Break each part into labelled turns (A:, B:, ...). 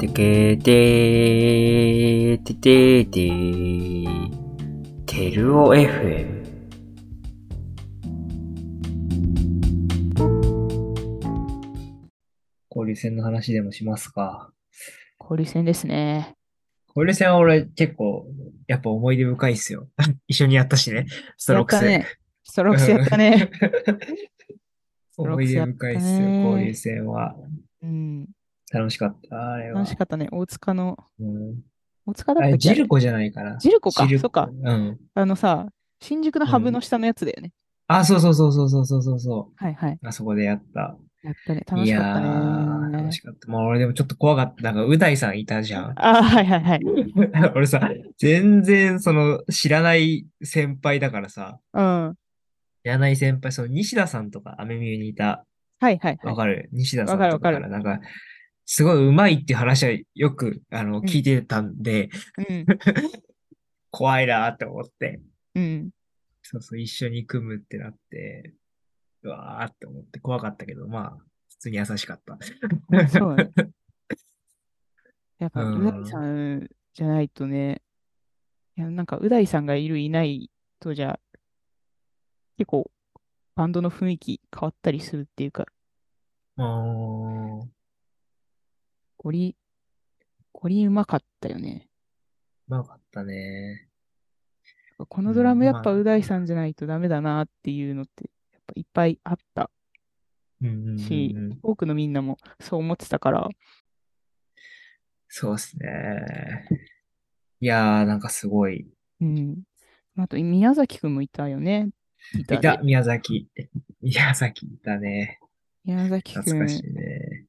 A: てけてーてててーてるお FM
B: 交流戦の話でもしますか。
C: 交流戦ですね。
B: 交流戦は俺結構、やっぱ思い出深いっすよ。 一緒にやったしね、ストロークス。
C: やったね。ストロークスやったね。ト
B: 思
C: ローク
B: い
C: ス
B: 出
C: やったね
B: 深いっすよ、交流戦は。
C: うん。
B: 楽しかった、あれは。
C: 楽しかったね。大塚の、
B: うん、
C: 大塚
B: あ
C: だった
B: れ
C: っけ
B: ジルコじゃないかな。
C: ジルコか
B: ジル
C: そっか
B: うん。
C: あのさ、新宿のハブの下のやつだよね。
B: あ、そうそうそうそうそうそうそうそ
C: はいはい。
B: う。あそこでやった。
C: やったね。楽しかっ
B: い
C: た
B: やー、
C: ね
B: 楽し。かった。もう俺でもちょっと怖かった。なんか、う大さんいたじ ゃん。
C: あーはいはいはい。
B: 俺さ、全然その知らない先輩だからさ、
C: うん。はい
B: 知らない先輩、その西田さんとか、アメミューにいた、
C: はいはい。
B: わかる西田さん
C: わかる
B: とか
C: わ
B: か、
C: から
B: なんか、すごい上手いっていう話はよく、あの、聞いてたんで、
C: うん。
B: 怖いなって思って、
C: うん。
B: そうそう、一緒に組むってなって、うわーって思って怖かったけど、まあ、普通に優しかった。
C: そうだね。やっぱ、
B: う
C: うんだいさんじゃないとね、いや、なんか、うだいさんがいる、いないとじゃ、結構、バンドの雰囲気変わったりするっていうか、
B: うーん
C: ゴリ、ゴリうまかったよね。
B: うまかったね。
C: このドラ
B: う
C: ム
B: ん
C: やっぱ
B: まあ
C: う大さんじゃないとダメだなっていうのって、やっぱいっぱいあった
B: うんうんうん
C: し
B: うん、
C: 多くのみんなもそう思ってたから、
B: そうですね。いやー、なんかすごい。
C: うん。あと、宮崎くんもいたよね。い
B: いた、宮崎。 宮崎いたね。
C: 宮崎くん、
B: 懐かしい
C: 懐
B: ね。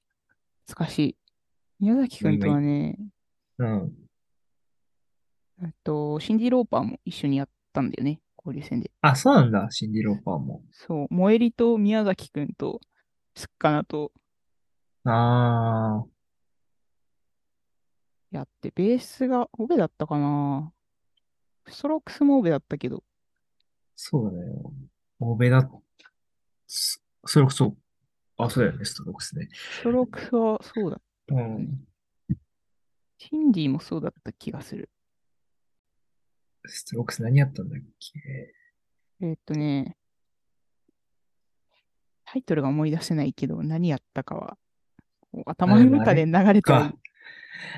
C: かしい。宮崎くんとはね、
B: うん。
C: えっと、シンディ・ローパーも一緒にやったんだよね、交流戦で。
B: あ、そうなんだ、シンディ・ローパーも。
C: そう、萌えりと宮崎くんと、すっかなと
B: あ
C: やって、ベースがオベだったかなストロークスもオベだったけど、
B: ー、そうだよ。欧米だ。そそれこそ、あ、そうだよね、ストロークスね。
C: ストロークスはそうだ。
B: うん。
C: シンディもそうだった気がする。
B: ストロークス何やったんだっけ
C: えーっとね、タイトルが思い出せないけど、何やったかは、こう頭の中で流れた
B: か。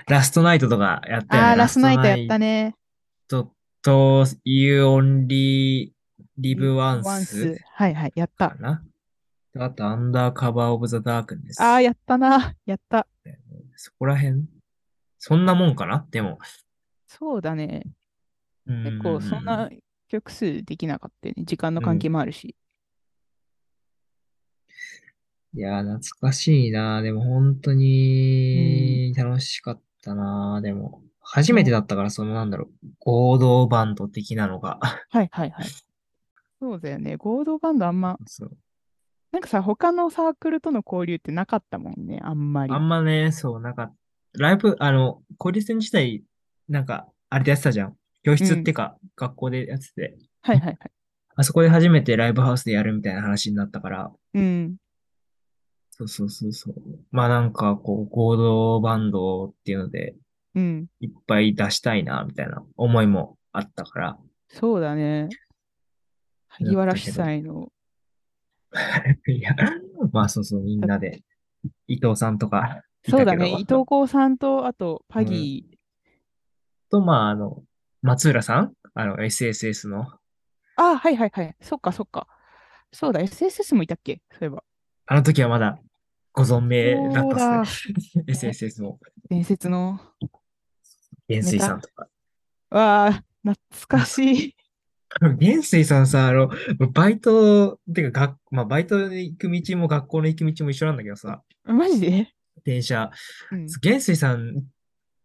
B: ラストナイトとかやったよね。
C: ああー、ラストナイトやったね。
B: ラストナイトと、You Only Live Once
C: はいはい、やっ
B: か
C: た。
B: な。あと、アンダーカバーオブザダークネス。
C: ああ、やったな。やった。
B: そこら辺そんなもんかなでも。
C: そうだね。
B: 結
C: 結構そんな曲数できなかったよね。時間の関係もあるし。
B: いやー、懐かしいなー。でも本当に楽しかったなー。でも、初めてだったから、そのなんだろう、合同バンド的なのが。
C: はいはいはい。そうだよね。合同バンドあんま、
B: そう。
C: なんかさ、他のサークルとの交流ってなかったもんね、あんまり。
B: あんまね、そう、なんか、ライブ、あの、交流戦自体、なんか、あれでやってたじゃん。教室ってか、学校でやってて、
C: はいはいはい。
B: あそこで初めてライブハウスでやるみたいな話になったから、
C: うん。
B: そうそうそうそう。まあなんか、こう、合同バンドっていうので、
C: うん。
B: いっぱい出したいな、みたいな思いもあった から。
C: そうだね。萩原主催の、
B: いや、まあそうそう、みんなで。伊藤さんとかいた
C: そう
B: けど、
C: だね。伊藤光さんと、あと、パギー。
B: と、まあ、あの、松浦さんあの、SSS の。
C: あ、はいはいはい。そっかそっか。そうだ、SSS もいたっけそういえば。
B: あの時はまだご存命だ
C: そう
B: った
C: だ
B: っ。すね。SSS も、
C: 伝説の。
B: 元帥さんとか。
C: わあ、懐かし い。
B: 元帥さんさ、あの、バイト、てか学、まあ、バイトで行く道も学校の行く道も一緒なんだけどさ、
C: マジで、
B: 電車。
C: うん、
B: 元帥さん、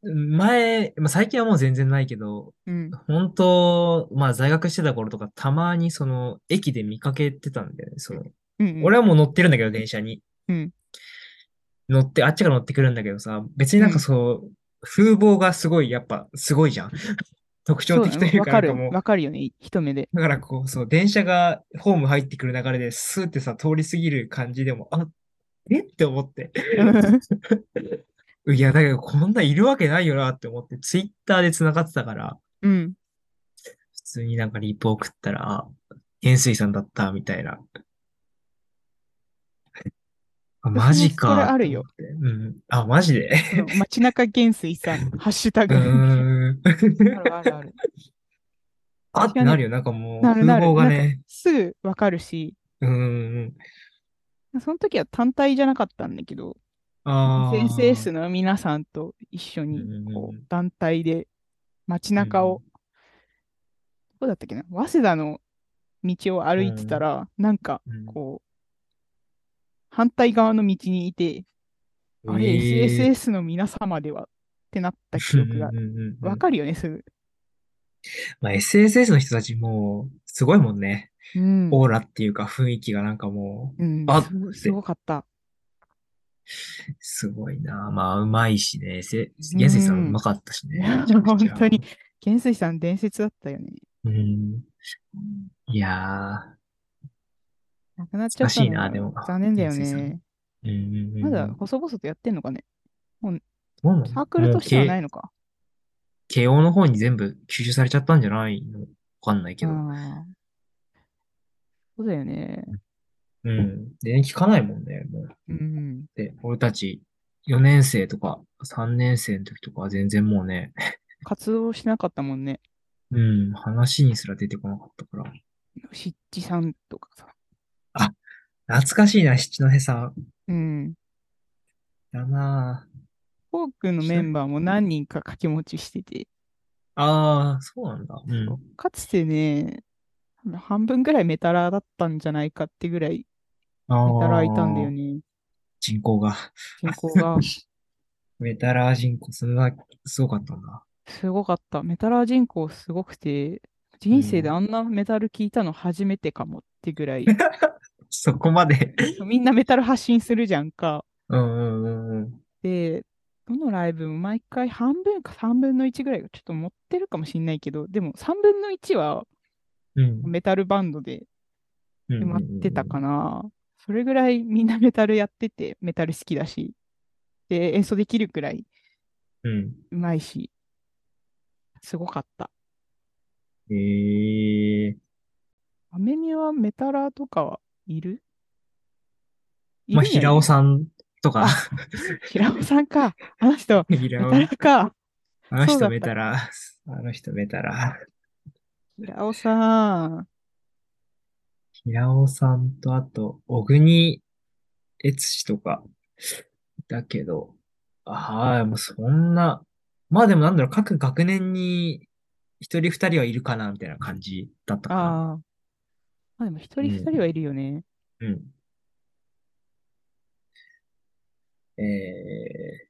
B: 前、まあ、最近はもう全然ないけど、
C: うん。
B: 本当、まあ在学してた頃とか、たまにその駅で見かけてたんだよね。その
C: うん。
B: 俺はもう乗ってるんだけど、電車に。
C: うん
B: 乗って、あっちから乗ってくるんだけどさ、別になんかそう、風貌がすごい、やっぱすごい じゃん。特徴的というか、なか
C: そうんだねわか
B: も
C: る、
B: う、
C: わかるよね、一目で。
B: だからこう、そう、電車がホーム入ってくる流れで、スーってさ、通り過ぎる感じでも、あ、えって思って、いや、だけどこんないるわけないよなって思って、ツイッターで繋がってたから、
C: うん。
B: 普通になんかリプ送ったら、あ、元帥さんだった、みたいな。あ、マジか。
C: それあ るよ。
B: うん。あ、マジで。
C: その街中元帥さん、ハッシュタ
B: う
C: グ。あ
B: ーん。
C: るあるある。
B: あってなるよ。なんかもう、
C: なるな
B: 風
C: る。
B: 貌が
C: なん
B: ね
C: か。すぐわかるし、
B: うーん。
C: その時は単体じゃなかったんだけど、
B: ああ。
C: SNSS の皆さんと一緒にこ
B: うんうんう
C: う団体で街中を、どこだったっけな、早稲田の道を歩いてたら、なんか
B: うん
C: こう、反対側の道にいて、あれ、
B: えー
C: SSS の皆様ではってなった記憶が
B: うん。うんうんうん
C: わかるよね、すぐ。
B: まあ、SSS の人たちも、すごいもんね。
C: うん。
B: オーラっていうか雰囲気がなんかも
C: うん、
B: あ
C: すごすごかった。
B: う、すごいな。まあ、うまいしね。S- 元帥さんうまかったし
C: い
B: ね。
C: や
B: めちゃく
C: 本
B: ちゃ
C: 当に。、元帥さん伝説だったよね。
B: うん。いや
C: なくなっちゃ
B: 懐か
C: ったのが
B: しいなでも
C: 残念だよ
B: 元帥さん
C: ね。
B: ー。うんうんうん
C: まだ細々とやってんのかね。
B: どうなの
C: サークルとしてはない
B: もう
C: のか。
B: け慶応の方に全部吸収されちゃったんじゃないのわかんないけど。
C: あーそうだよね。
B: うん。で、聞かないもんね。もう
C: うん。
B: で、俺たち、4年生とか、3年生の時とかは全然もうね、
C: 活動しなかったもんね。
B: うん、話にすら出てこなかったから。
C: 湿地さんとかさ。
B: 懐かしいな、七戸さん。
C: うん。
B: だなぁ。
C: フォークのメンバーも何人か掛け持ちしてて、
B: ああ、そうなんだ。うん。
C: かつてね、半分ぐらいメタラーだったんじゃないかってぐらい
B: あ
C: メ
B: ー
C: タラーいたんだよ。ね。
B: 人口が。
C: 人口が。
B: メタラー人口、そんな、すごかったんだ。
C: すごかった。メタラー人口すごくて、人生であんなメタル聞いたの初めてかもってぐらい、
B: そこまで。
C: みんなメタル発信するじゃんか。
B: うんうんうんうん。
C: で、どのライブも毎回半分か3分の1ぐらいがちょっと持ってるかもしんないけど、でも3分の1は
B: うん。
C: メタルバンドで
B: 埋
C: 埋まってたかな。それぐらいみんなメタルやってて、メタル好きだし、で、演奏できるくらい
B: うん。
C: うまいし、すごかった。
B: ええー。
C: アメミはメタラーとかはいる
B: まあ、平尾
C: ん。
B: さんとか、
C: 平尾さんか。あの人、メ
B: 平
C: タ
B: 尾、
C: ラーか。
B: あの
C: そうだ
B: 人
C: った
B: メタラー、あの人メタラー。
C: 平尾さん。
B: 平尾さんと、あと、小国悦司とか、だけど、はい、もうそんな、まあでもなんだろう、各学年に一人二人はいるかな、みたいな感じだったかな。
C: ああ。まあでも、一人二人はいるよね。
B: うん。え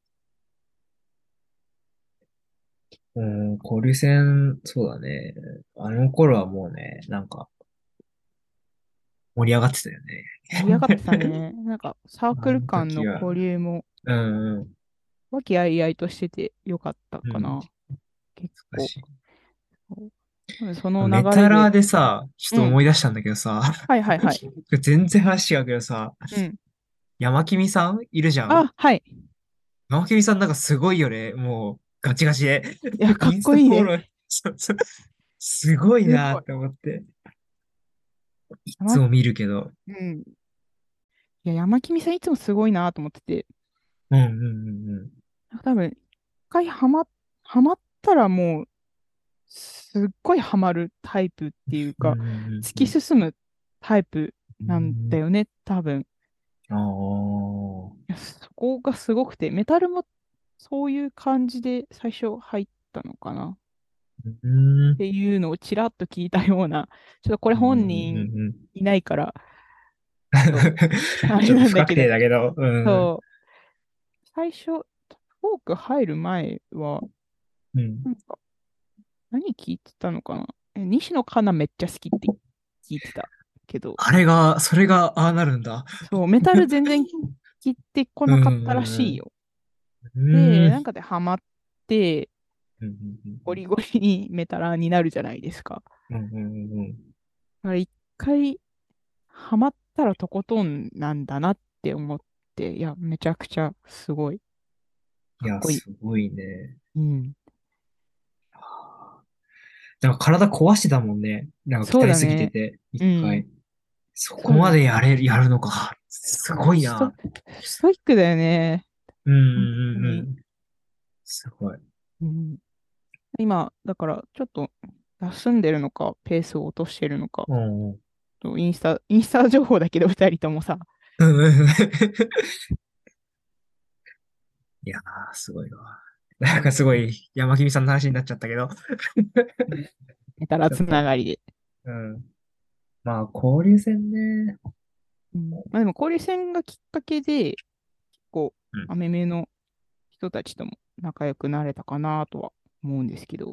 B: ー、うん、交流戦、そうだね。あの頃はもうね、なんか、盛り上がってたよね。
C: 盛り上がってた ね。なんか、サークル間の交流も、
B: うんうん。
C: 和気あいあいとしててよかったかな。
B: うん
C: 結
B: 難しい
C: 構。その流
B: メ
C: れで。
B: タラーでさ、ちょっと思い出したんだけどさ、
C: はいはいはい。
B: 全然話違うけどさ、
C: うん。
B: 山君さんいるじゃん。
C: あ、はい。
B: 山君さんなんかすごいよね。もう、ガチガチで。
C: いや、かっこいい
B: インスタフォ
C: ね。
B: ローそうそうすごいなって思って。いつも見るけど。
C: うん。いや、山君さんいつもすごいなと思ってて。
B: うんうんうんうん。
C: 多分、一回ハマ、ハマったらもう、すっごいハマるタイプっていうか、
B: うんうんうん
C: 突き進むタイプなんだ。よね、多分。
B: あー
C: いやそこがすごくて、メタルもそういう感じで最初入ったのかな
B: うん
C: っていうのをちらっと聞いたような、ちょっとこれ本
B: うん
C: 人
B: うん うん
C: いないから、
B: ちょっと不確定だけど。うん
C: そう。最初、フォーク入る前は、
B: うん
C: なんか、何聞いてたのかなえ西野カナめっちゃ好きって聞いてたけど、
B: あれが、それがああなるんだ。
C: そう、メタル全然聞いてこなかったらしいよ。
B: うん
C: で、なんかでハマって、
B: うんうんうん
C: ゴリゴリにメタラーになるじゃないですか。
B: うんうんうんうん
C: だから一回、ハマったらとことんなんだなって思って、いや、めちゃくちゃすごい。
B: いや、
C: っこいい
B: すごいね。
C: うん。
B: なんか体壊してたもんね。なんか鍛えすぎてて、一
C: だねう
B: 回
C: ん。
B: そこまでやれる、やるのか。すごいな。
C: ストイックだよね。
B: うんうんう
C: 本
B: ん。すごい。
C: うん、今、だから、ちょっと、休んでるのか、ペースを落としてるのか、
B: うんうん。
C: とインスタ、インスタ情報だけど、二人ともさ、
B: うんうんうんいやー、すごいわ。なんかすごい、山君さんの話になっちゃったけど。
C: やたらつながりで。
B: うん。まあ、交流戦ね。
C: うんまあでも、交流戦がきっかけで、結構
B: うん、
C: アメメの人たちとも仲良くなれたかなとは思うんですけ
B: い
C: ど、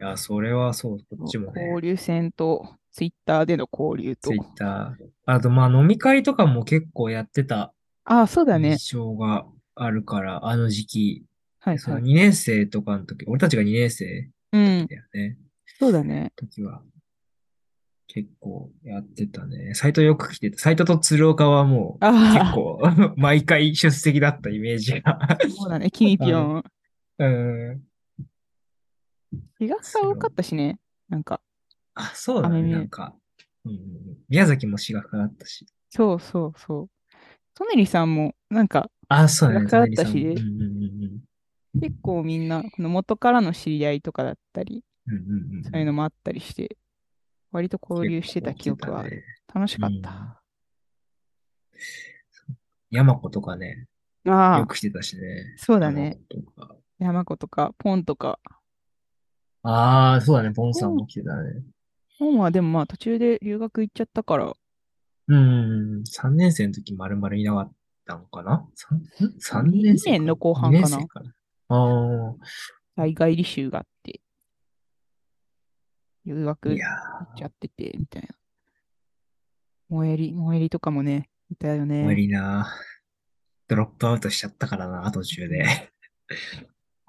B: や、それはそう、こっちもね。
C: 交流戦と、ツイッターでの交流と
B: ツイ、ッター。あと、まあ、飲み会とかも結構やってた
C: ああ、そうだね。
B: 印象があるから、あの時期。
C: はい
B: そ
C: は
B: の
C: い。
B: 2年生とかの時、俺たちが2年生
C: うん、
B: だよね。
C: そうだね。
B: 時は。結構やってたね。斎藤よく来てた。斎藤と鶴岡はもう、結
C: あ
B: 構、 毎回出席だったイメージが。
C: あ、そうだね。キミピョン。
B: うん。
C: 日傘多かったしね。なんか、
B: あ、そうだ
C: あ
B: ね。
C: 耳
B: なんか、うんうんうん、宮崎も私学だったし。
C: そうそうそう。トネリさんも、なんか、
B: あ、そうだね。
C: 学科だったし
B: 隣さんもうんうんうんうん。
C: 結構みんな、この元からの知り合いとかだったり、
B: うんうんうん
C: そういうのもあったりして、割と交流してた記憶はある。
B: 結構来てたね
C: 楽しかった。
B: 山子とかね、
C: あ
B: よ
C: あ、
B: くしてたしね。
C: そうだね。
B: 山子とか。
C: 山子とか、ポンとか。
B: ああ、そうだね。ボンさんも来てたね。
C: ポンはでもまあ途中で留学行っちゃったから、
B: うんうんうん。3年生の時丸々いなかったのかな ?3
C: 二
B: 年生
C: 二年の後半かな
B: 2年生かなあ
C: 海外履修があって、留
B: あ、
C: 学
B: い
C: 行
B: や
C: っちゃってて、みたいな。萌えり、萌えりとかもね、いたよ
B: ー、
C: ね。
B: 無理な。ドロップアウトしちゃったからな、途中で。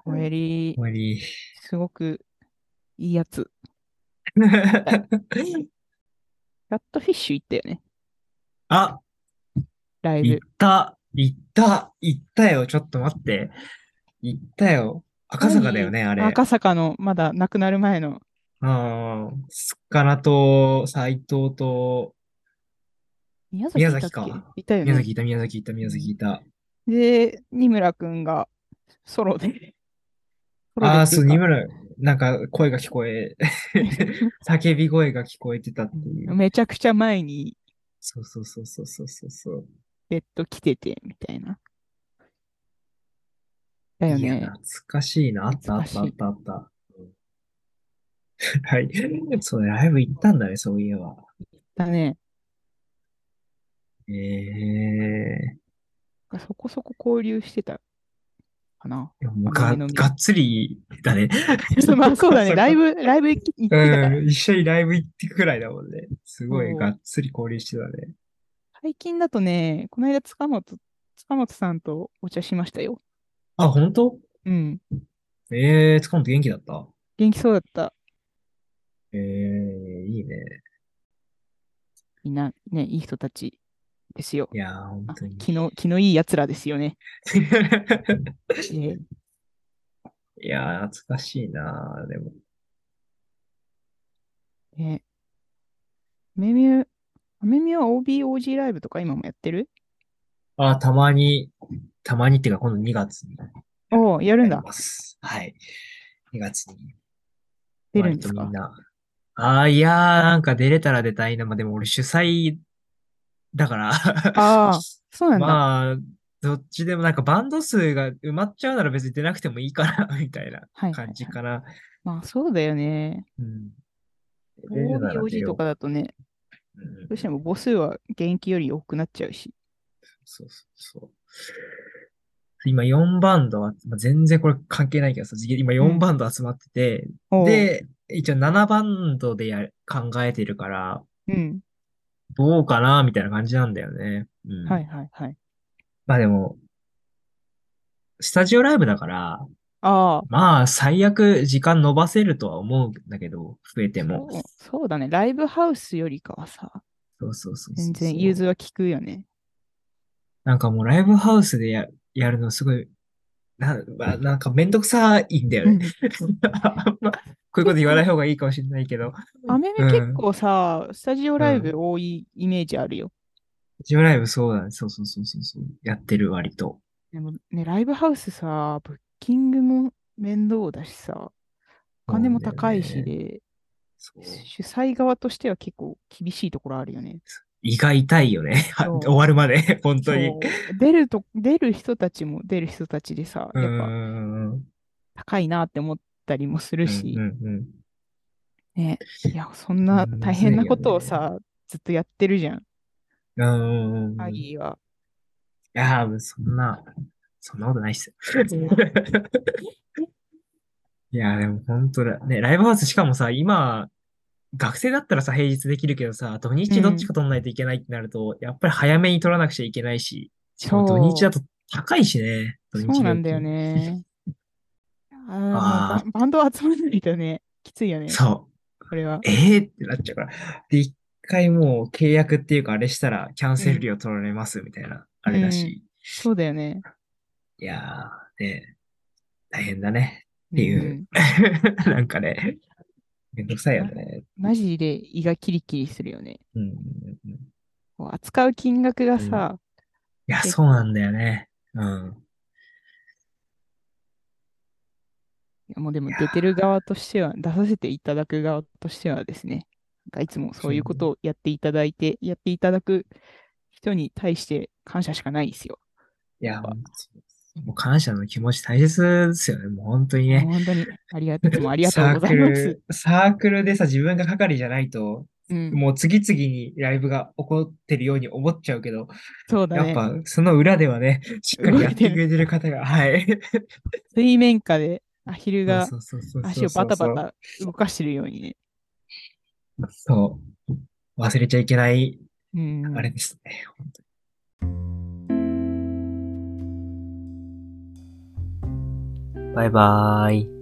C: 萌えり、
B: 無 理。
C: すごくいいやつ。キャットフィッシュ行ったよね、
B: あ、
C: ライブ
B: 行っ。た、行った、行ったよ。ちょっと待って。行ったよ。赤坂だよね、あれ。
C: 赤坂のまだ亡くなる前の。
B: うん。すっからと、斎藤と、
C: 宮崎
B: 宮
C: いたっ
B: 崎
C: け
B: か
C: いたよ
B: 宮崎
C: ね。
B: いた、宮崎いた、宮崎いた。
C: で、二村くんがソロで。ソロで
B: ああ、
C: ってい
B: そう、
C: うか
B: 二村、なんか声が聞こ え、叫び声が聞こえてたっていう。
C: めちゃくちゃ前に
B: そうそうそうそうそうそうそう。
C: ベッド来てて、みたいな。だよ
B: いや、
C: ね。
B: 懐かしいな。あったあったあ
C: 懐かしい
B: ったあった。うんはい。そうね、ライブ行ったんだね、そういえば。
C: だね。
B: ええ
C: そこそこ交流してたか な。
B: ー。もうが、
C: 飲み飲み
B: がっつりだね。
C: そうまあそうだね。ライブ、ライブ行き行ってたから。
B: うん、一緒にライブ行ってくらいだもんね。すごい
C: そう
B: がっつり交流してたね。
C: 最近だとね、この間塚本、塚本さんとお茶しましたよ。
B: あ、本当
C: うん。
B: ええー、塚本元気だった
C: 元気そうだった。
B: ええー、いいね。
C: みんな、ね、いい人たちですよ。
B: いやー、本
C: あ
B: 当に。
C: 気の、気のいい奴らですよね。で
B: いやー、懐かしいなーでも。
C: ねアメミュ、アメミュは OBOG ライブとか今もやってる
B: あ、たまに、たまにっていうか、今度2月にや
C: おお、やるん
B: り
C: だ。
B: ます。はい。2月に。
C: 出るんですか
B: 割とみんな。あー、いやー、なんか出れたら出たいな。まあ、でも俺主催だから。
C: あ あ、そうなんだ。
B: まあ、どっちでもなんかバンド数が埋まっちゃうなら別に出なくてもいいかな、みたいな
C: はいはい、は
B: 感じ
C: い。
B: かな。
C: まあそうだよね。
B: うん。出れるなら出
C: OBOG
B: よう
C: とかだとね、
B: うんうん
C: どうしても母数は現役より多くなっちゃうし。
B: そうそうそう。今4バンドは、まあ全然これ関係ないけどさ、今
C: うん
B: 4バンド集まってて、
C: おう、
B: で、一応7バンドでやる考えてるから、
C: うん。
B: どうかなみたいな感じなんだよね。うん。
C: はいはいはい。
B: まあでも、スタジオライブだから、
C: ああ、
B: まあ最悪時間伸ばせるとは思うんだけど、増えても。
C: そうそうだね。ライブハウスよりかはさ、
B: そうそうそうそう
C: 全然融通は効くよね。
B: なんかもうライブハウスでややるのすごいな、まあ、なんかめんどくさいんだよね。 あんま、こういうこと言わない方がいいかもしれないけど、
C: アメメ結構さ、スタジオライブ多いイメージあるよ。
B: ジムライブそうだね。そうそうそうそうそう。やってる割と。
C: でもね、ライブハウスさ、ブッキングも面倒だしさ、お金も高いしで、
B: そう。
C: 主催側としては結構厳しいところあるよね。
B: 胃が痛いよね。は
C: そう
B: 終わるまで、本当に。
C: そう出ると、出る人たちも出る人たちでさ、
B: う
C: や
B: ん
C: っぱ
B: うん
C: 高いなって思ったりもするし
B: う、んうん。
C: ね、いや、そんな
B: うん
C: 大変な
B: むずいよね
C: ことをさ、ずっとやってるじゃん、
B: うんうんうん
C: ア
B: うん。い
C: ギーは。
B: やー、そんな、そんなことないっすよ。いやー、でも本当だ。ね、ライブハウスしかもさ、今、学生だったらさ、平日できるけどさ、土日どっちか取らないといけないってなると、やっぱり早めに取らなくちゃいけないし、しかも土日だと高いしね、土日
C: そうなんだよ
B: 料金。
C: ね。あー
B: あ
C: バンバンド集まらないとね、きついよね、
B: そう。
C: これは。
B: ええー、ってなっちゃうから。で、一回もう契約っていうか、あれしたらキャンセル料取られますみたいな、あれだし。
C: そうだよね。
B: いやー、ね、大変だね。っていう。 なんかね、めんどくさいよね。
C: うんマジで胃がキリキリするよね。
B: うんうんうん。い
C: こう扱う金額がさ、
B: や、そうなんだよね。うん。
C: いやもうでも出てる側としては、出させていただく側としてはですね、なんかいつもそういうことをやっていただいて、やっていただく人に対して感謝しかないですよ。
B: いや、本当もう感謝の気持ち大切ですよね。もう本当にね。
C: 本当にありがいつもありがとうございま
B: サー
C: す
B: ク。ル、サークルでさ、自分が係じゃないと、
C: うん、
B: もう次々にライブが起こってるように思っちゃうけど、
C: そうだ
B: やっ
C: ね。
B: ぱその裏ではね、しっかりやってくれてる方が、 はい。
C: 水面下でアヒルが
B: そうそうそうそう
C: 足をバタバタ動かしてるようにね。
B: そう。忘れちゃいけない、
C: うん
B: あれですね。本当に
A: バイバーイ。